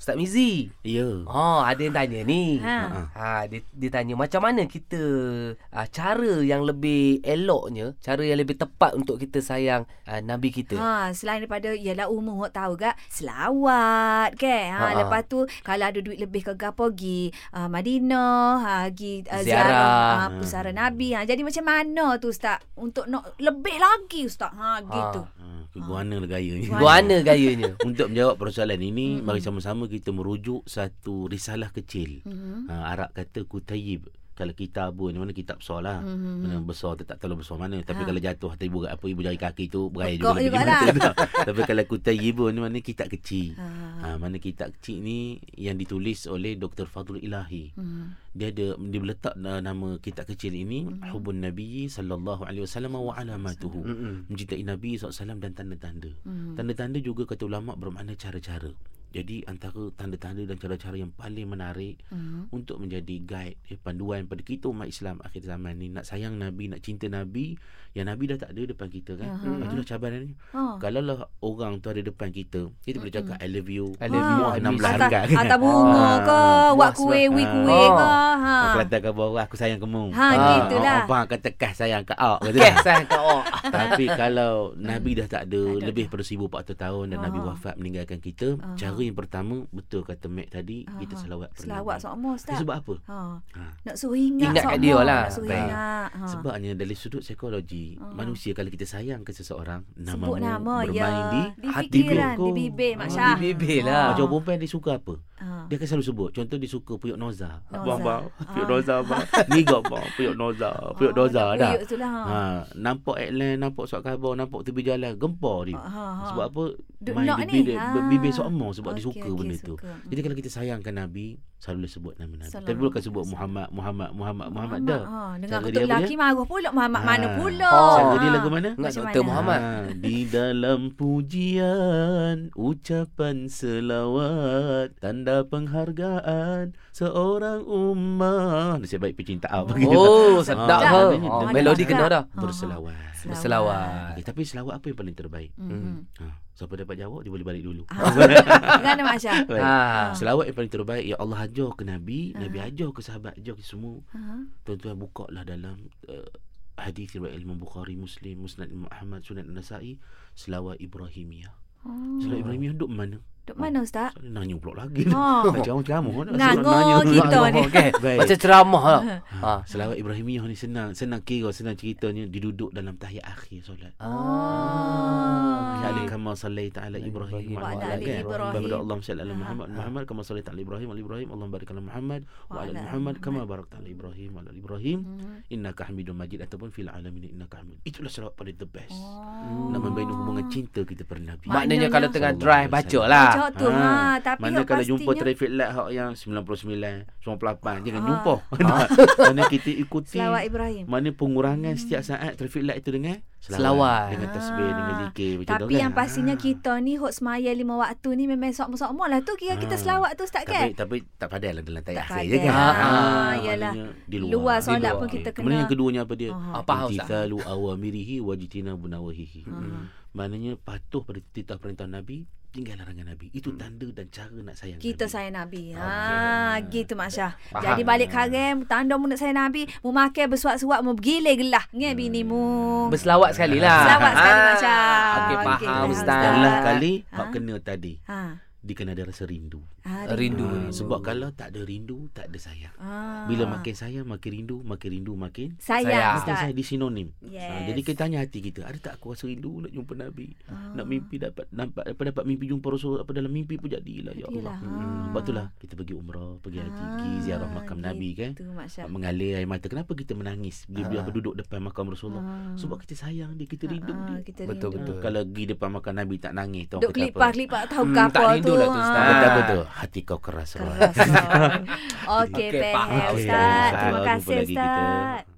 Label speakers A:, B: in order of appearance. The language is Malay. A: Ustaz Mizi.
B: Ya.
A: Oh, ada yang tanya ni.
C: Ha.
B: Ha.
A: Ha, dia, dia tanya macam mana kita uh, cara yang lebih eloknya, cara yang lebih tepat untuk kita sayang uh, Nabi kita.
C: Ha, selain daripada ialah umur awak tahu gak selawat kan. Ha,
A: Ha, ha.
C: lepas tu kalau ada duit lebih ke gapo pergi uh, Madinah, ha pergi uh,
A: Ziarah.
C: ziarah uh, pusara Nabi. Ha, jadi macam mana tu ustaz untuk nak lebih lagi ustaz. Ha gitu.
B: Ha, ke guana lah gayanya.
A: Guana gayanya.
B: Untuk menjawab persoalan ini, mm-hmm. mari sama-sama kita merujuk satu risalah kecil.
C: Mhm.
B: Ha, Arab kata kutayib. Kalau kita abu ni mana kitab besar lah.
C: Mhm.
B: Mana besar tak, tak terlalu besar mana. Tapi
C: Ha.
B: kalau jatuh atas ibu apa ibu jari kaki tu beraya
C: Bekok
B: juga. lebih
C: jugalah.
B: jemata tau. Tapi kalau kutayib ni mana kitab kecil.
C: Ha.
B: Ha, mana kitab kecil ni yang ditulis oleh Dr. Fadul Ilahi.
C: Mhm.
B: Dia ada dia meletak uh, nama kitab kecil ini mm-hmm. Hubun Nabi sallallahu alaihi wasallam wa alamatuhu.
A: Mm-mm.
B: mencintai Nabi SAW dan tanda-tanda.
C: Mhm.
B: Tanda-tanda juga kata ulama bermakna cara-cara. Jadi antara tanda-tanda dan cara-cara yang paling menarik
C: Mhm.
B: untuk menjadi guide eh, panduan pada kita umat Islam akhir zaman ni nak sayang Nabi, nak cinta Nabi yang Nabi dah tak ada depan kita kan.
C: Aha.
B: Uh-huh. Itulah cabarannya.
C: Ha.
B: Kalau lah orang tu ada depan kita, kita boleh cakap I love you.
C: Ah.
A: I love you,
B: Wah,
A: I
B: enam
A: miss
B: belas
A: you.
C: Atas,
B: harga.
C: atas bunga
B: Ah,
C: ke,
B: buah
C: wak kuih,
B: sebab-
C: wi
B: ah.
C: kuih ke. Ha.
B: Ha. Kelantan kau bawah aku sayang kamu. Ah,
C: Ha, gitulah.
B: Abang kata kah sayang kau. Ah, kata.
A: Kes saya kat awak.
B: Tapi kalau Nabi dah tak ada
C: Tak ada Ah.
B: Lebih pada 1400 tahun Dan Nabi
C: Aha.
B: wafat meninggalkan kita
C: Aha.
B: Cara yang pertama Betul kata Mac tadi Kita
C: Aha.
B: selawat pada
C: Ah. Selawat
B: Nabi.
C: sama
B: Ni
C: ustaz.
B: Sebab apa?
C: Ha.
B: Ha.
C: Nak suruh ingat
A: Ingat kat
C: sama,
A: dia lah.
C: Nak suruh
B: Baik.
C: ingat. Ha.
B: Sebabnya dari sudut psikologi
C: Aha.
B: Manusia kalau kita sayang ke seseorang
C: Ah. Sebut
B: Namamu
C: nama
B: bermain
C: ya.
B: di
C: Di
B: hati
C: fikiran,
B: kau.
C: di bibir Mak
B: Ah,
C: Syah. Ah.
A: di bibir lah.
B: Macam perempuan dia suka apa?
C: Ha.
B: Dia akan selalu sebut Contoh dia suka puyuk noza
C: Noza.
B: Abang bang Puyuk
C: Ah.
B: noza bang Ni gak bang Puyuk noza Puyuk noza
C: nak
B: dah
C: Puyuk tu lah. Ha.
B: Ha, nampak headline, nampak surat khabar, nampak tepi jalan, gempar dia.
C: Ha, ha.
B: Sebab apa?
C: Duk
B: main
C: nak
B: dia
C: ni.
B: bibir,
C: Ha.
B: bibir sokmo sebab dia
C: Okey,
B: suka
C: okey,
B: benda tu.
C: suka. Hmm.
B: Jadi kalau kita sayangkan Nabi, selalu sebut nama Nabi. Tapi
C: Salam.
B: bukan sebut Muhammad, Muhammad, Muhammad, Muhammad dah.
C: Ha. Dengan
B: Cara
C: ketuk
B: dia apa
C: lelaki marah pula. Muhammad
B: Ha.
C: mana pula.
A: Oh.
B: Cara dia
C: Ha.
B: lagu mana?
A: Ingat
C: Macam
A: Dr.
C: mana?
A: Muhammad.
B: Ha, di dalam pujian, ucapan selawat, tanda penghargaan seorang ummah. Nasib baik pecinta apa
A: Oh, sedap
B: Ah,
A: ha.
B: maknanya
A: Oh,
B: dia-
A: melodi kena dah.
C: Ha, ha.
B: Berselawat.
C: Selawat.
A: Berselawat.
B: Okay, tapi selawat apa yang paling terbaik?
C: Mhm.
B: Ha, siapa dapat jawab dia boleh balik dulu.
C: Ha. Gimana Mak Syah?
B: Baik.
A: Ha.
B: Selawat yang paling terbaik yang Allah ajar ke Nabi,
C: Ah.
B: Nabi ajar ke sahabat, ajar ke semua.
C: Ha.
B: Tuan-tuan buka lah dalam uh, hadis riwayat Imam Bukhari, Muslim, Musnad Imam Ahmad, Sunan An-Nasa'i, selawat Ibrahimiyah. Selawat
A: Oh.
B: Ibrahimiyah duduk mana?
C: Duk mana Ustaz?
B: Saya nanya pula lagi.
C: Ha.
B: Macam orang ceramah nak
C: Nganggur
B: suruh nanya.
C: kita
B: Nganggur,
C: ni.
B: okey. Baik.
A: Macam ceramah lah. Ha.
B: Ha, selawat Ibrahimiyah ni senang, senang kira, senang ceritanya diduduk dalam tahiyat akhir solat.
C: Ah.
B: Ya Ali kama sallaita ala Ibrahim
A: Wa
B: wa
A: ala
B: ala
A: ali
B: kan.
C: Ibrahim.
B: Ibadah Allah salli ala
C: Ha.
B: Muhammad Muhammad kama sallaita ala Ibrahim wa ala Ibrahim Allah barik ala Muhammad wa ala Muhammad kama barakta ala Ibrahim wa ala Ibrahim
C: Mhm.
B: innaka Hamidum Majid ataupun fil alamin innaka Hamid. Itulah selawat paling the best.
C: Oh.
B: Nak membina hubungan cinta kita pada Nabi.
A: Maknanya
C: Maknanya-
A: kalau tengah drive baca lah.
C: Cocok tu.
B: Ha.
C: Ha. Tapi
B: Mana
C: hak
B: kalau jumpa
C: pastinya-
B: traffic light hak yang 99, 98 jangan
C: Ah.
B: jumpa. Mana kita ikuti
C: Selawat Ibrahim.
B: mana pengurangan setiap saat traffic light itu dengan
A: Selawat.
B: dengan tasbih
C: Ah.
B: dengan zikir macam tu
C: Tapi
B: kan.
C: yang pastinya
B: Ah.
C: kita ni hok semaya lima waktu ni memang sok-sok lah tu kira
B: Ha.
C: kita selawat tu Ustaz
B: Tapi
C: kan?
B: tapi tak padai lah dalam tayar akhir
C: Tak pandai.
B: je kan.
A: Ah,
B: Ah,
C: yalah.
B: maknanya Di
C: Luar
B: luar.
C: solat
A: pun
B: Okey.
C: kita
B: Kemudian
C: kena-
B: yang keduanya apa dia?
C: Ha.
A: Ah, faham tak?
B: Imtithalu awamirihi wajtina bunawahihi.
C: Ha.
B: Maknanya patuh pada titah perintah Nabi, tinggal larangan Nabi. Itu tanda dan cara nak sayang
C: Kita
B: Nabi.
C: sayang Nabi.
B: Ah,
C: Ha,
B: okey.
C: gitu Mak Syah.
A: Faham.
C: Jadi balik karem, tanda mu nak sayang Nabi, mu makan bersuap-suap, mu bergila gelah ngai bini mu.
A: Berselawat sekali lah.
C: Selawat sekali Mak Syah.
A: Okey, faham
C: faham,
A: Ustaz.
C: Ustaz.
B: Lelah kali
C: Ha.
B: hak kena tadi.
C: Ha.
B: Dia kena ada rasa rindu.
C: Ha,
A: Rindu.
B: Ah, sebab kalau tak ada rindu, tak ada sayang.
C: Ha.
B: Bila makin sayang, makin rindu, makin rindu, makin
A: Sayang.
C: sayang
B: Bukan
C: Ah. Ustaz.
B: saya di sinonim.
C: Yes.
B: Ah, jadi kita tanya hati kita, ada tak aku rasa rindu nak jumpa Nabi?
C: Ah,
B: Nak mimpi dapat nampak apa dapat mimpi jumpa Rasul apa dalam mimpi pun jadilah ya Allah.
C: Jadilah,
B: Hmm.
C: ha.
B: Sebab itulah kita pergi umrah, pergi haji, pergi
C: Ah,
B: ziarah makam Nabi kan.
C: Gitu Mak Syah.
B: Nak mengalir air mata. Kenapa kita menangis bila bila
A: Ah.
B: aku duduk depan makam Rasulullah?
C: Ah.
B: Sebab kita sayang dia, kita rindu
C: Ah,
B: dia.
C: Kita
A: Betul,
C: rindu.
A: betul.
B: Ha, Kalau pergi depan makam Nabi tak nangis tahu
C: Duk
B: kata apa?
C: lipat-lipat tahu
A: Hmm,
C: hmm, apa
A: tak rindu
C: tu.
A: lah tu, Ustaz.
B: Kata
A: Ah.
B: apa tu? Hati kau keras. Wan.
C: Kerasan. Okey,
A: Okey,
C: okay,
A: faham,
C: faham.
B: Okey,
C: Ustaz.
B: faham.
C: Terima
B: Jumpa
C: kasih,
B: lagi kita.
C: Ustaz.